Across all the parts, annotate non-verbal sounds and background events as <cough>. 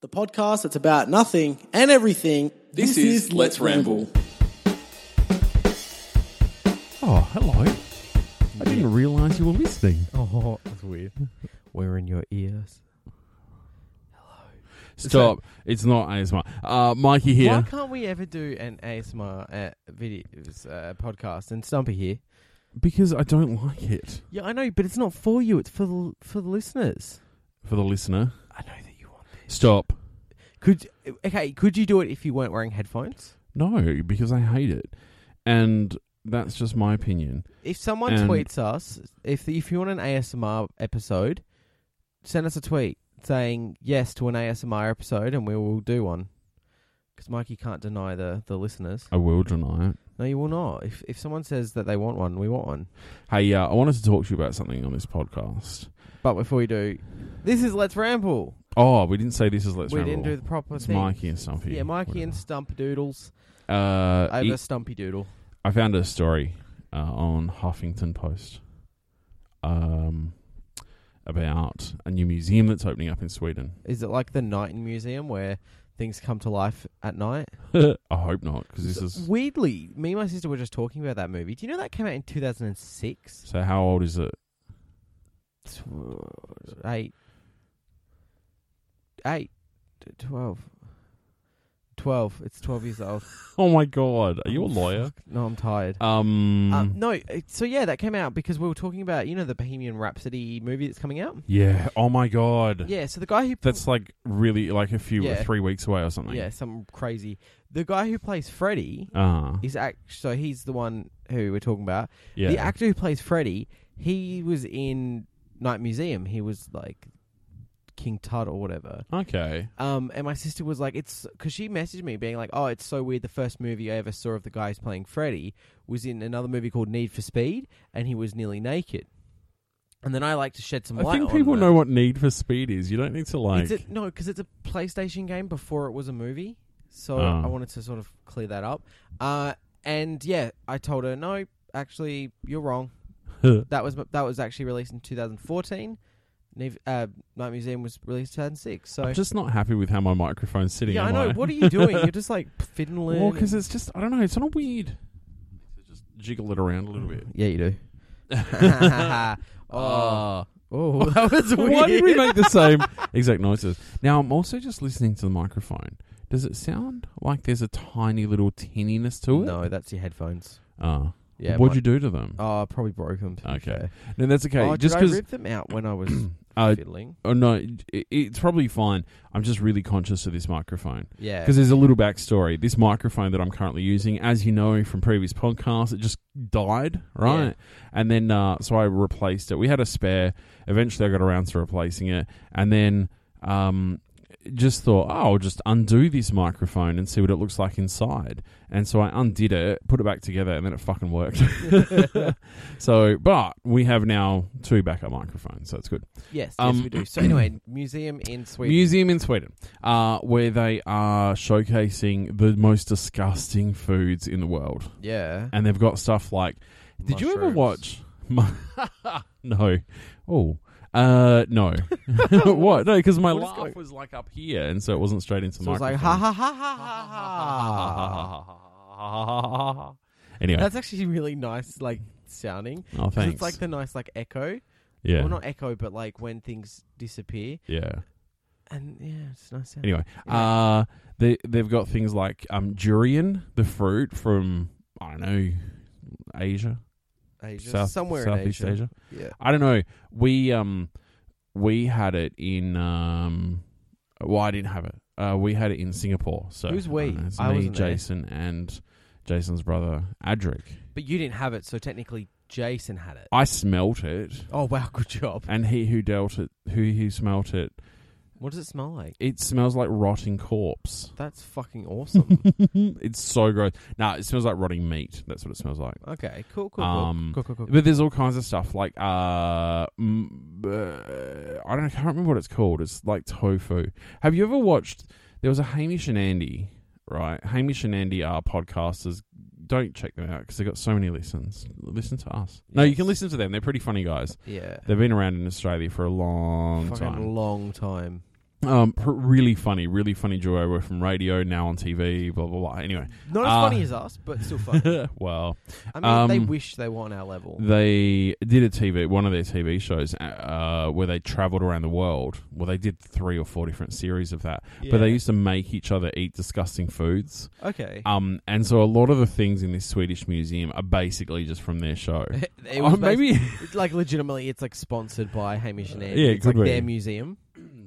the podcast that's about nothing and everything. This, is, Let's Ramble. Oh, hello. I didn't realize you were listening. Oh, that's weird. We're in your ears. Stop. it's not ASMR. Uh, Mikey Why here. can't we ever do an ASMR uh, videos uh, podcast and Stumpy here? Because I don't like it Yeah, I know, but it's not for you. It's for the, for the listeners. for the listener. I know that you want this. Stop. Could okay? Could you do it if you weren't wearing headphones? No, because I hate it. And that's just my opinion. If someone And- tweets us, if if you want an ASMR episode, send us a tweet saying yes to an ASMR episode, and we will do one. Because Mikey can't deny the the listeners. I will deny it. No, you will not. If if someone says that they want one, we want one. Hey, uh, I wanted to talk to you about something on this podcast. But before we do, this is Let's Ramble. Oh, we didn't say this is Let's we Ramble. didn't do the proper It's thing. Mikey and Stumpy. Yeah, Mikey and whatever. Stump Doodles Uh, over it- Stumpy Doodle. I found a story uh, on Huffington Post um, about a new museum that's opening up in Sweden. <laughs> Is it like the night in museum where things come to life at night? I hope not, because this is. Weirdly, me and my sister were just talking about that movie. Do you know that came out in 2006? So how old is it? Tw- Eight. Eight. T- Twelve. Twelve. It's 12 years old. Oh my god, are you a lawyer? No, I'm tired. <laughs> Um, Um, no, it- so yeah, that came out because we were talking about, you know, the Bohemian Rhapsody movie that's coming out? yeah. Oh my god. Yeah, so the guy who That's like really like a few Yeah. three weeks away or something. Yeah, something crazy. The guy who plays Freddy Ah. is act. So he's the one who we're talking about. yeah. The actor who plays Freddy, he was in Night Museum. He was like King Tut or whatever. okay. Um, and my sister was like, "It's because she messaged me being like, oh, it's so weird. The first movie I ever saw of the guy who's playing Freddy was in another movie called Need for Speed, and he was nearly naked." And then I like to shed some I light. think on people that. know what Need for Speed is. You don't need to like. It's <laughs> a, no, because it's a PlayStation game before it was a movie. So Oh. I wanted to sort of clear that up. Uh, and yeah, I told her no. Actually, you're wrong. That was that was actually released in 2014. Neve- Uh, Night Museum was released in 2006. So I'm just not happy with how my microphone's sitting. yeah, I am know. What are <laughs> you doing? You're just like fiddling. Well, because it's just I don't know. It's not weird. Just jiggle it around a little <laughs> <laughs> bit. yeah, you do. oh, oh, that was weird. Why did we make the same exact noises? Now I'm also just listening to the microphone. Does it sound like there's a tiny little tinniness to it? No, that's your headphones. Oh. Yeah, What'd my- you do to them? Oh, I probably broke them. To be Okay. fair. No, that's okay. Oh, just did I because. rip them out when I was Uh, fiddling? oh no, it, it's probably fine. I'm just really conscious of this microphone Yeah. because there's a little backstory. This microphone that I'm currently using, as you know from previous podcasts, it just died, right? And then uh, so I replaced it. We had a spare. Eventually, I got around to replacing it, and then um, just thought, oh, I'll just undo this microphone and see what it looks like inside. And so I undid it, put it back together, and then it fucking worked. <laughs> so, but we have now two backup microphones, so it's good. Yes, Um, yes, we do. So anyway, museum in Sweden. Museum in Sweden, uh, where they are showcasing the most disgusting foods in the world, yeah. and they've got stuff like. Did you ever Mushrooms. watch? <laughs> no. Oh. Uh no, <laughs> what? No, because my What is laugh going- was like up here, and so it wasn't straight into So my. it's like ha ha ha ha ha ha. anyway, That's actually really nice, like sounding. oh 'Cause thanks. It's like the nice like echo. yeah, Well, not echo, but like when things disappear, yeah. and <laughs> yeah, it's a nice. Sound. Anyway, uh, they they've got things like um durian, the fruit from I don't know Asia, Asia, South, somewhere Southeast in Asia. Asia. Yeah. I don't know. We um we had it in um well I didn't have it. Uh, we had it in Singapore. So Who's we? I, don't know. It's I me, wasn't there. Jason, and Jason's brother Adric. But you didn't have it, so technically Jason had it. I smelt it, Oh wow, good job. and he who dealt it, who who smelt it, What does it smell like? it smells like rotting corpse. That's <laughs> fucking awesome. It's so gross. Nah, it smells like rotting meat. That's what it smells like. okay, cool, cool, cool, Um, cool, cool, cool. But there's all kinds of stuff like uh, mm, uh, I don't know, I can't remember what it's called. It's like tofu. Have you ever watched? There was a Hamish and Andy, right? Hamish and Andy are podcasters. Don't check them out because they got so many listens. Listen to us. No, you can Yes. listen to them. They're pretty funny guys. Yeah, They've been around in Australia for a long fucking time. long time. Um, pr- really funny, really funny duo. We're from radio now on TV. Blah blah blah. Anyway, Not as Uh, funny as us, but still <laughs> funny. well, I mean, they Um, wish they were on our level. they did a TV one of their TV shows uh, where they travelled around the world. Well, they did three or four different series of that. But they Yeah. used to make each other eat disgusting foods. Okay. Um, and so a lot of the things in this Swedish museum are basically just from their show. <laughs> <laughs> It Oh, was basi- maybe It's like legitimately, it's like sponsored by Hamish and Andy. Yeah, it it's like could be. their museum.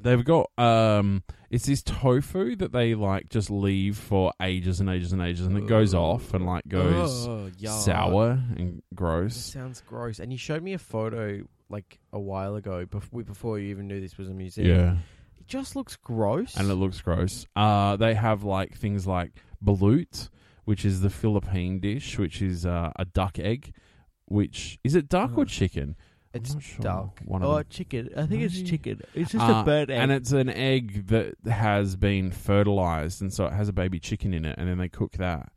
they've got um, it's this tofu that they like just leave for ages and ages and ages, and it goes off and like goes oh, yuck. sour and That gross. sounds gross. And you showed me a photo like a while ago before, before you even knew this was a museum. Yeah, It just looks gross. and it looks gross. Uh, they have like things like balut, which is the Philippine dish, which is uh, a duck egg. Which is it, duck or Oh. chicken? I'm it's not sure. duck. One of or them. chicken. I think it's Maybe. chicken. It's just Uh, a bird egg. And it's an egg that has been fertilized, and so it has a baby chicken in it, and then they cook that.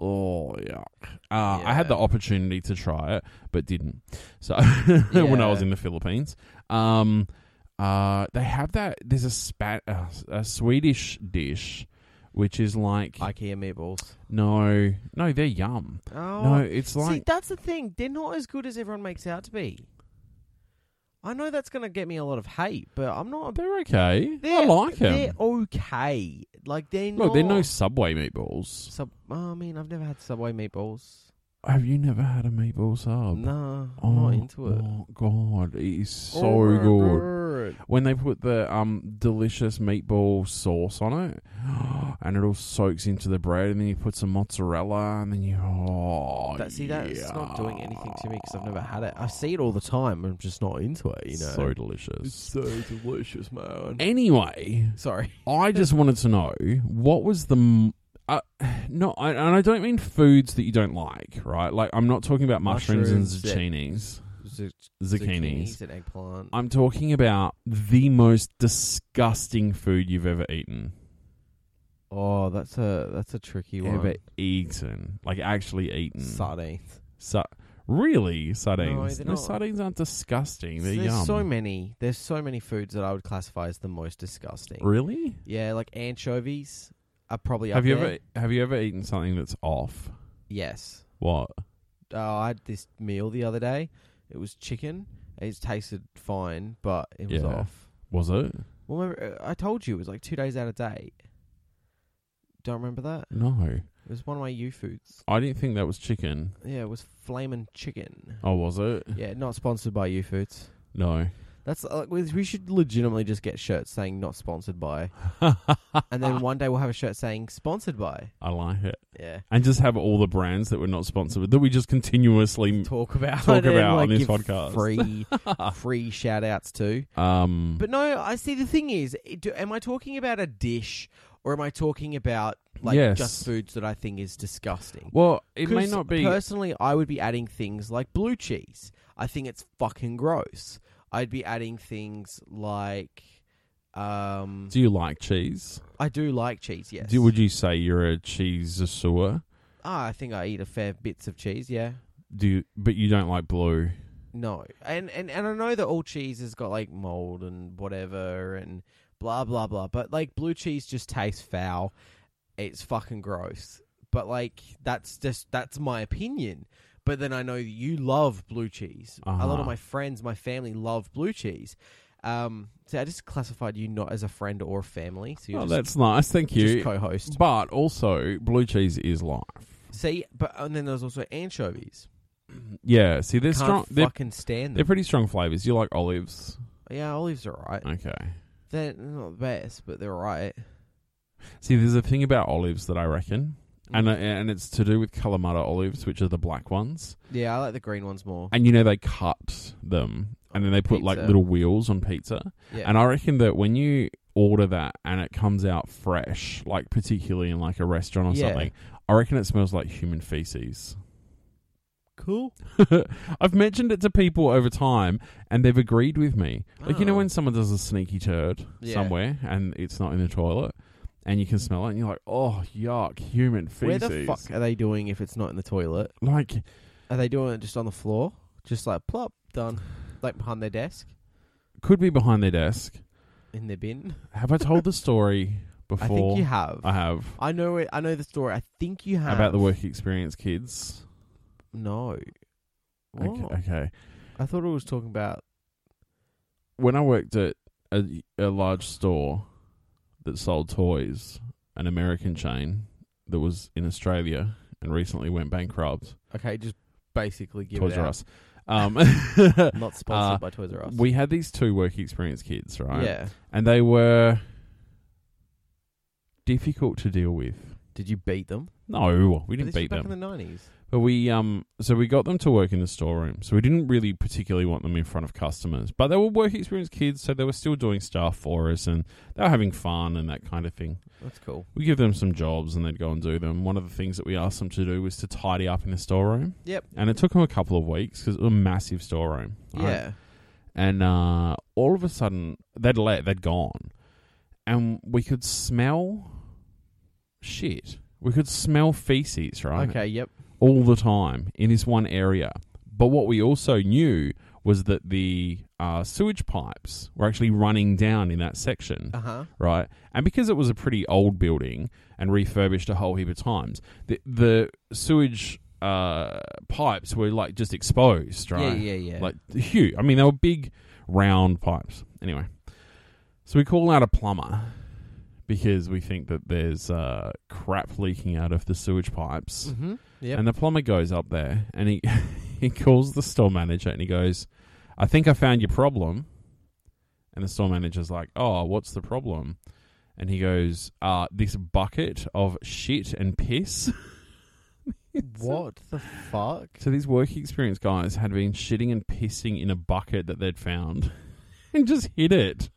Oh, yuck. Uh, I had Yeah. the opportunity to try it, but didn't. So <laughs> when I was Yeah. in the Philippines, um, uh, they have that. There's a, spa- uh, a Swedish dish, which is like IKEA meatballs. no, no, they're yum. Oh, No, it's See, like that's the thing. They're not as good as everyone makes out to be. I know that's going to get me a lot of hate, but I'm not. A, they're okay. they're, I like They're them. okay. Like they're Look, not. they're no Subway meatballs. Sub- oh, I mean, I've never had Subway meatballs. Have you never had a meatball sub? No, I'm not into it. Oh god, it is so Oh my good. God. When they put the um delicious meatball sauce on it, <gasps> and it all soaks into the bread, and then you put some mozzarella, and then you oh That, see, that's not doing anything to me because I've never had it. I see it all the time. I'm just not into it, you know. so delicious. so delicious, man. Anyway, <laughs> Sorry. I just wanted to know what was the m- uh, <sighs> no, I, and I don't mean foods that you don't like, right? Like I'm not talking about mushrooms, Mushrooms, and yeah. zucchinis, Z- zucchinis. and eggplant. I'm talking about the most disgusting food you've ever eaten. oh, that's a that's a tricky one. Ever eaten. Like actually eaten. Sardines. Sa- really? Sardines? they're No, not. sardines aren't disgusting. Mm. They're There's yum. so many. There's so many foods that I would classify as the most disgusting. Really? Yeah, like anchovies are probably. have up you there. ever have you ever eaten something that's off? Yes. What? uh, I had this meal the other day. It was chicken. It tasted fine, but it was Yeah. off. Was it? Well, remember, uh, I told you it was like two days out of date. Don't remember that. No. It was one of my U foods. I didn't think that was chicken. Yeah, it was flamin' chicken. Oh, was it? Yeah, not sponsored by U Foods. No. That's uh, we we should legitimately just get shirts saying not sponsored <laughs> by, and then one day we'll have a shirt saying sponsored by. I like it. Yeah, And just have all the brands that we're not sponsored with that we just continuously talk about Mm. Talk it and, about on like, this give podcast. <laughs> free free shout outs too. um But no, I see. The thing is, it- do, am I talking about a dish or am I talking about like Yes. just foods that I think is disgusting? well, it may 'Cause not be Personally, I would be adding things like blue cheese. I think it's fucking gross. I'd be adding things like, um, Do you like cheese? I do like cheese. Yes. Do, would you say you're a cheese sewer? Ah, I think I eat a fair bits of cheese. Yeah. Do you, but you don't like blue. No, and, and and I know that all cheese has got like mold and whatever and blah blah blah, but like blue cheese just tastes foul. It's fucking gross. But like that's just that's my opinion. But then I know that you love blue cheese. A lot Uh-huh. of my friends, my family love blue cheese. Um, so I just classified you not as a friend or a family. So you're Oh, just, that's nice. Thank just you. co-host. But also, blue cheese is life. See, but and then there's also anchovies. Yeah. See, they're Can't strong. They're, fucking stand they're them. pretty strong flavors. You like olives? Yeah, olives are alright. Okay. They're not the best, but they're alright. See, there's a thing about olives that I reckon, and uh, and it's to do with Kalamata olives, which are the black ones. Yeah, I like the green ones more. And you know they cut them, and then they put like Pizza. little wheels on pizza. Yeah. And I reckon that when you order that and it comes out fresh, like particularly in like a restaurant or Yeah. something, I reckon it smells like human feces. <laughs> cool. I've mentioned it to people over time and they've agreed with me. Like you know Oh. when someone does a sneaky turd Yeah. somewhere and it's not in the toilet and you can smell it and you're like, "Oh, yuck, human Where feces." the fuck are they doing if it's not in the toilet? Like Are they doing it just on the floor? Just like plop, done. Like behind their desk? could be behind their desk. in the bin. Have I told the story before? <laughs> I think you have. I have. I know it. I know the story. I think you have About the work experience kids. No. Okay, What? okay. I thought it was talking about. When I worked at a, a large store that sold toys, an American chain that was in Australia and recently went bankrupt, Okay, just basically give Toys it R out. Us. <laughs> Um, <laughs> Not sponsored Uh, by Toys R Us. we had these two work experience kids, right? Yeah. And they were difficult to deal with. Did you beat them? No, we But didn't this was beat back them. in the nineties. But we um so we got them to work in the storeroom. So we didn't really particularly want them in front of customers. But they were work experience kids, so they were still doing stuff for us and they were having fun and that kind of thing. That's cool. We give them some jobs and they'd go and do them. One of the things that we asked them to do was to tidy up in the storeroom. Yep. And it took them a couple of weeks because it was a massive storeroom. right? Yeah. And uh, all of a sudden, they'd let they'd gone, and we could smell shit. We could smell feces, right? Okay. Yep. all the time in this one area. But what we also knew was that the uh, sewage pipes were actually running down in that section, Uh huh. right? And because it was a pretty old building and refurbished a whole heap of times, the, the sewage uh, pipes were like just exposed, right? Yeah. Yeah. Yeah. Like huge. I mean, they were big, round pipes. Anyway, so we call out a plumber because we think that there's uh, crap leaking out of the sewage pipes. Mm-hmm. Yep. And the plumber goes up there and he <laughs> he calls the store manager and he goes, "I think I found your problem." And the store manager's like, "Oh, what's the problem?" And he goes, "Uh, this bucket of shit and piss." <laughs> <laughs> what the fuck? So these work experience guys had been shitting and pissing in a bucket that they'd found <laughs> and just hid it.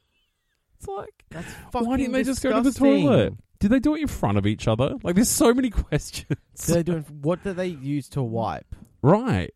It's like, That's fucking. why didn't they just go to the disgusting. toilet? Did they do it in front of each other? Like, there's so many <laughs> questions. Did they do it- what did they use to wipe? Right.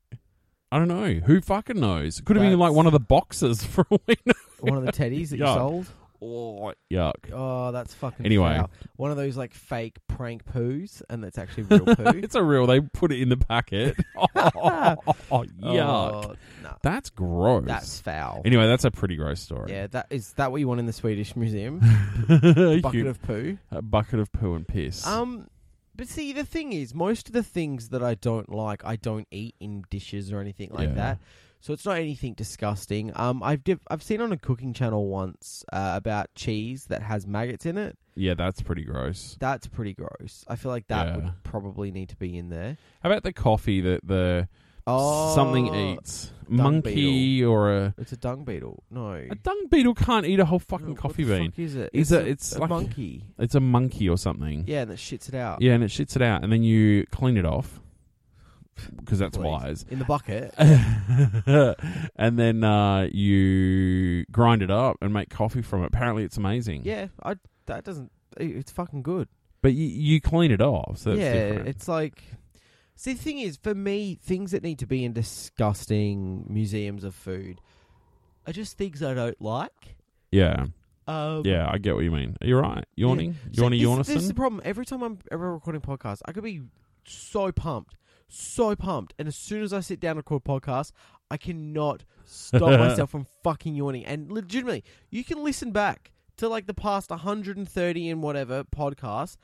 I don't know. Who fucking knows? It could have been like That's- one of the boxes <laughs> for all we know. One of the teddies that <laughs> you Yeah. sold? Oh, yuck. Oh, that's fucking. Anyway. foul. one of those like fake prank poos, and that's actually real poo. <laughs> It's a real. They put it in the <laughs> packet. <laughs> Oh, yuck. Oh, no, That's gross. that's foul. anyway, that's a pretty gross story. <laughs> Yeah, that is that what you want in the Swedish museum? a, Bucket of poo. a bucket of poo and piss. Um, but see, the thing is, most of the things that I don't like, I don't eat in dishes or anything like Yeah. that. So it's not anything disgusting. Um, I've div- I've seen on a cooking channel once uh, about cheese that has maggots in it. yeah, that's pretty gross. That's pretty gross. I feel like that Yeah. would probably need to be in there. How about the coffee that the something Oh, eats? Monkey or a. It's a dung beetle. No, A dung beetle can't eat a whole fucking No, what coffee the bean. fuck is it? Is it- it's a like- monkey. It's a monkey or something. Yeah, and it shits it out. Yeah, and it shits it out, and then you clean it off because that's Please. wise. <laughs> in the bucket. and then uh, you grind it up and make coffee from it. Apparently, it's amazing. Yeah, I that doesn't. it- It's fucking good. but you, you clean it off, so that's yeah, different. it's like. See, the thing is, for me, things that need to be in disgusting museums of food are just things I don't like. yeah, Um, yeah. I get what you mean. You're right. Yawning. You so want to this- yawn This is the <laughs> us? problem. Every time I'm ever recording podcasts, I could be so pumped, so pumped, and as soon as I sit down to record podcasts, I cannot <laughs> stop myself from fucking yawning. And legitimately, you can listen back to like the past 130 and whatever podcasts.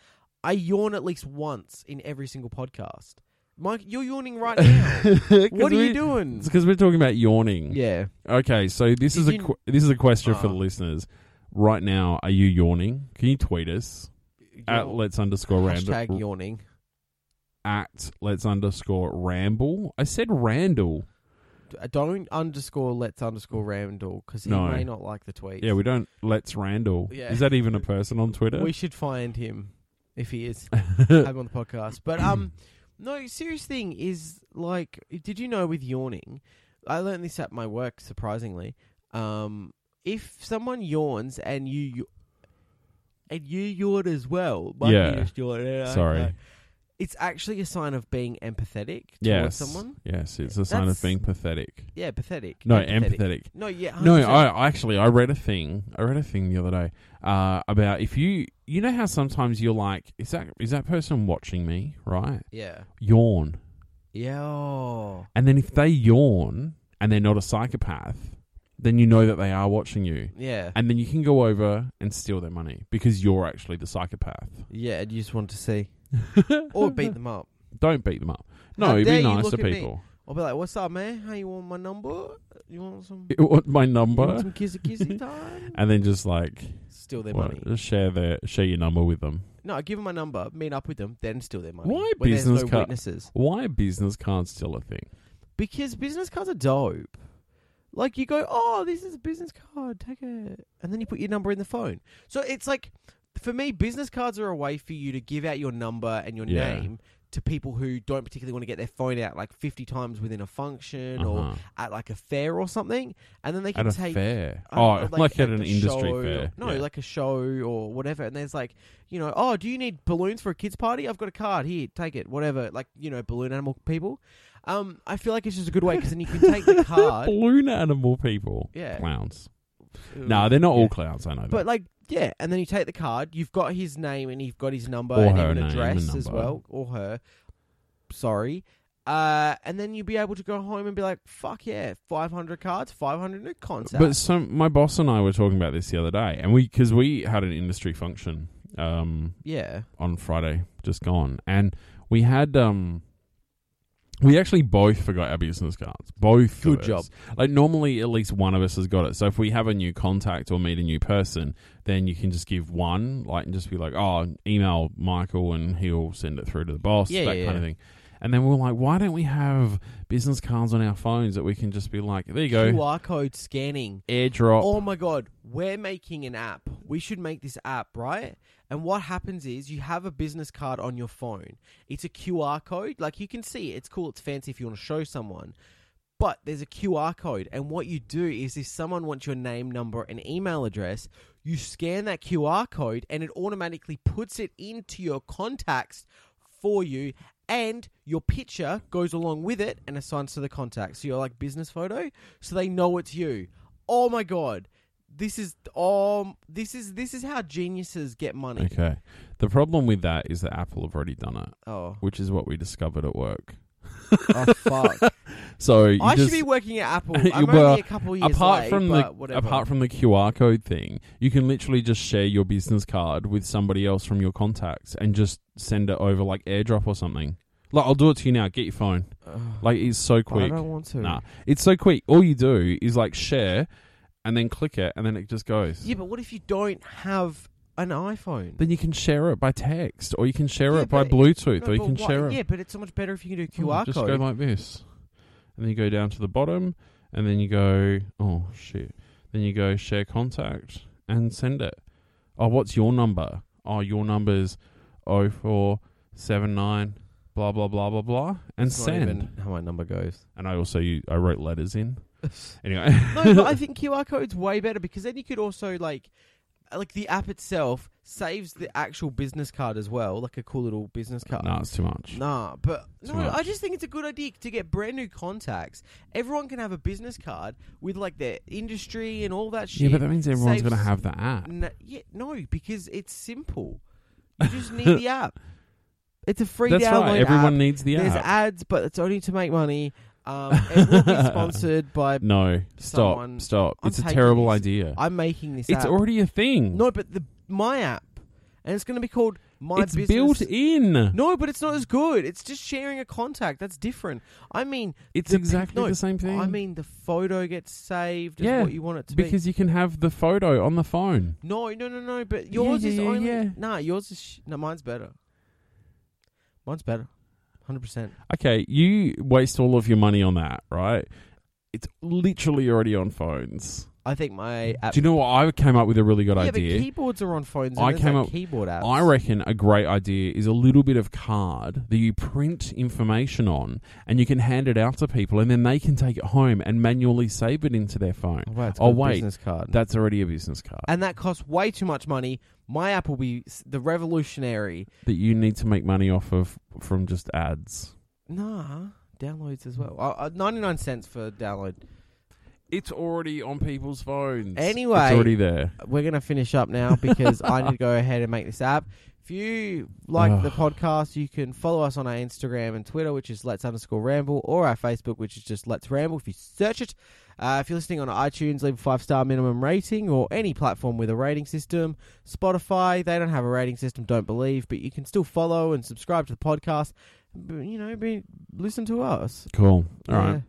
I yawn at least once in every single podcast. Mike, you're yawning <laughs> right now. what are you doing? It's because we're talking about yawning. Yeah. Okay, so this Did is a you- qu- this is a question for Uh. the listeners. Right now, are you yawning? Can you tweet us at Yawn. let's underscore Hashtag random yawning. at let's underscore ramble. I said Randall. Don't underscore let's underscore Randall because he No. may not like the tweet. Yeah, we don't let's Randall. Yeah. Is that even a person on Twitter? We should find him if he <laughs> is have him on the podcast. <clears throat> But um, no, serious thing is like, did you know with yawning? I learned this at my work. Surprisingly, um, if someone yawns and you, you and you yawn as well, might be Yeah. just yawn, uh, Sorry. uh, it's actually a sign of being empathetic towards yes. someone. Yes, it's a sign That's- of being pathetic. Yeah, pathetic. No, empathetic. Oh, empathetic. No, yeah. 100%. No, I actually I read a thing. I read a thing the other day uh, about if you you know how sometimes you're like is that is that person watching me right Yeah. yawn Yeah. oh. and then if they yawn and they're not a psychopath then you know that they are watching you. Yeah. And then you can go over and steal their money because you're actually the psychopath. Yeah, and you just want <laughs> to see. or beat them up. Don't beat them up. How No, be dare you nice look to at me. people. <laughs> I'll be like, what's up, man? How you want my number? You want some, you You want my want number? some kissy <laughs> kissy time? And then just like Steal their what, money. just share their share your number with them. No, I give them my number, meet up with them, then steal their money. Why when business there's no card- witnesses? Why are business cards still a thing? Because business cards are dope. Like you go, oh, this is a business card, take it, and then you put your number in the phone. So it's like, for me, business cards are a way for you to give out your number and your Yeah. name to people who don't particularly want to get their phone out like fifty times within a function or Uh-huh. at like a fair or something, and then they can At a take uh, fair. I don't Oh, know, like, at a an industry show- fair. No, Yeah. like a show or whatever. And there's like, you know, oh, do you need balloons for a kids' party? I've got a card here, take it. Whatever, like you know, balloon animal people. Um, I feel like it's just a good way because then you can <laughs> take the card. Balloon animal people. Yeah. Clowns. Ooh. No, they're not Yeah. all clowns, I know. that. But like, yeah, and then you take the card. You've got his name and you've got his number Or and her even name and address as number. well, or her. Sorry. Uh, and then you'll be able to go home and be like, "Fuck yeah, five hundred cards, five hundred new contacts." But so my boss and I were talking about this the other day, and we because we had an industry function um, yeah, on Friday, just gone, and we had um, we actually both forgot our business cards. Both of Good us. job. Like normally, at least one of us has got it. So if we have a new contact or meet a new person, then you can just give one, like, and just be like, "Oh, email Michael, and he'll send it through to the boss." Yeah, that yeah, kind of yeah. thing. And then we we're like, "Why don't we have business cards on our phones that we can just be like, there you go, QR code scanning. airdrop." Oh my god, we're making an app. We should make this app, right? And what happens is you have a business card on your phone. It's a QR code. Like you can see it. It's cool, it's fancy if you want to show someone. But there's a QR code, and what you do is if someone wants your name, number, and email address, you scan that QR code and it automatically puts it into your contacts for you, and your picture goes along with it and assigns to the contact. So you're like business photo, so they know it's you. Oh my god. This is um this is this is how geniuses get money. Okay. The problem with that is that Apple have already done it, Oh, which is what we discovered at work. oh fuck. So <laughs> you I just, should be working <laughs> at Apple. You I'm were- only a couple years apart late, from the but whatever. apart from the QR code thing, you can literally just share your business card with somebody else from your contacts and just send it over like AirDrop or something. Like I'll do it to you now. Get your phone. Like it's so But I quick. don't want to. Nah, it's so quick. All you do is like share, and then click it, and then it just goes. Yeah, but what if you don't have an iPhone? Then you can share it by text, or you can share Yeah, it by but- Bluetooth, No, or you but can why- share it Yeah, but it's so much better if you can do a Oh, QR just code. go like this. And then you go down to the bottom, and then you go, oh, shit. Then you go share contact and send it. Oh, what's your number? Oh, your number's 0479 blah, blah, blah, blah, blah, and It's not send. even how my <laughs> number goes. And I also u- I wrote letters in. Anyway. no, but I think QR code's way better because then you could also like like the app itself saves the actual business card as well, like a cool little <laughs> business card. no, it's too much. Nah, but Too Uh, no, much. I just think it's a good idea to get brand new contacts. Everyone can have a business card with like their industry and all that shit. yeah, but that means everyone's saves- going to have the app. N- yeah, no, because <laughs> it's simple. You just need the app. It's a free That's download. right. Everyone app. needs the There's app. ads, but it's only to make money. Um, it will <laughs> be sponsored by. No, stop, Someone- stop. I'm it's a taking terrible this- idea. I'm making this. It's app. already a thing. no, but the my app, and it's going to be called my it's business. built in. No, but it's not as good. It's just sharing a contact. That's different. I mean, It's the pic- exactly no, the same thing. I mean, the photo gets saved. Yeah, is what you want it to be. because you can have the photo on the phone. No, no, no, no. But Yeah, yours yeah, is yeah, only. yeah. Nah, yours is. Sh- no, mine's better. Mine's better. Hundred percent. Okay, you waste all of your money on that, right? It's literally already on phones. I think my app. Do you know what? I came up with a really good Uh, yeah, idea. but keyboards are on phones. And I I came came like up- keyboard apps. I reckon a great idea is a little bit of card that you print information on and you can hand it out to people and then they can take it home and manually save it into their phone. Oh, wow, it's Oh, called wait. business card. That's already a business card and that costs way too much money. My app will be s- the revolutionary. that you need to make money off of from just ads. Nah, downloads as well. Uh, uh, Ninety nine cents for download. It's already on people's phones. Anyway. it's already there. we're gonna finish up now because I need to go ahead and make this app. If you like the podcast, you can follow us on our Instagram and Twitter, which is Let's underscore Ramble, or our Facebook, which is just Let's Ramble. If you search it, uh, if you're listening on iTunes, leave a five star minimum rating or any platform with a rating system. Spotify, they don't have a rating system, don't believe, but you can still follow and subscribe to the podcast. b- You know, be, listen to us. Cool. All right, Yeah.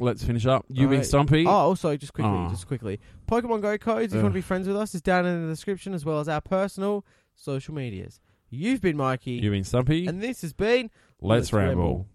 let's finish up. You All being right. Stumpy. Oh, also just quickly, Aw. just quickly. Pokemon Go codes, if you Ugh. want to be friends with us, is down in the description as well as our personal social medias. You've been Mikey, You being Stumpy. and this has been let's Let's Ramble. ramble.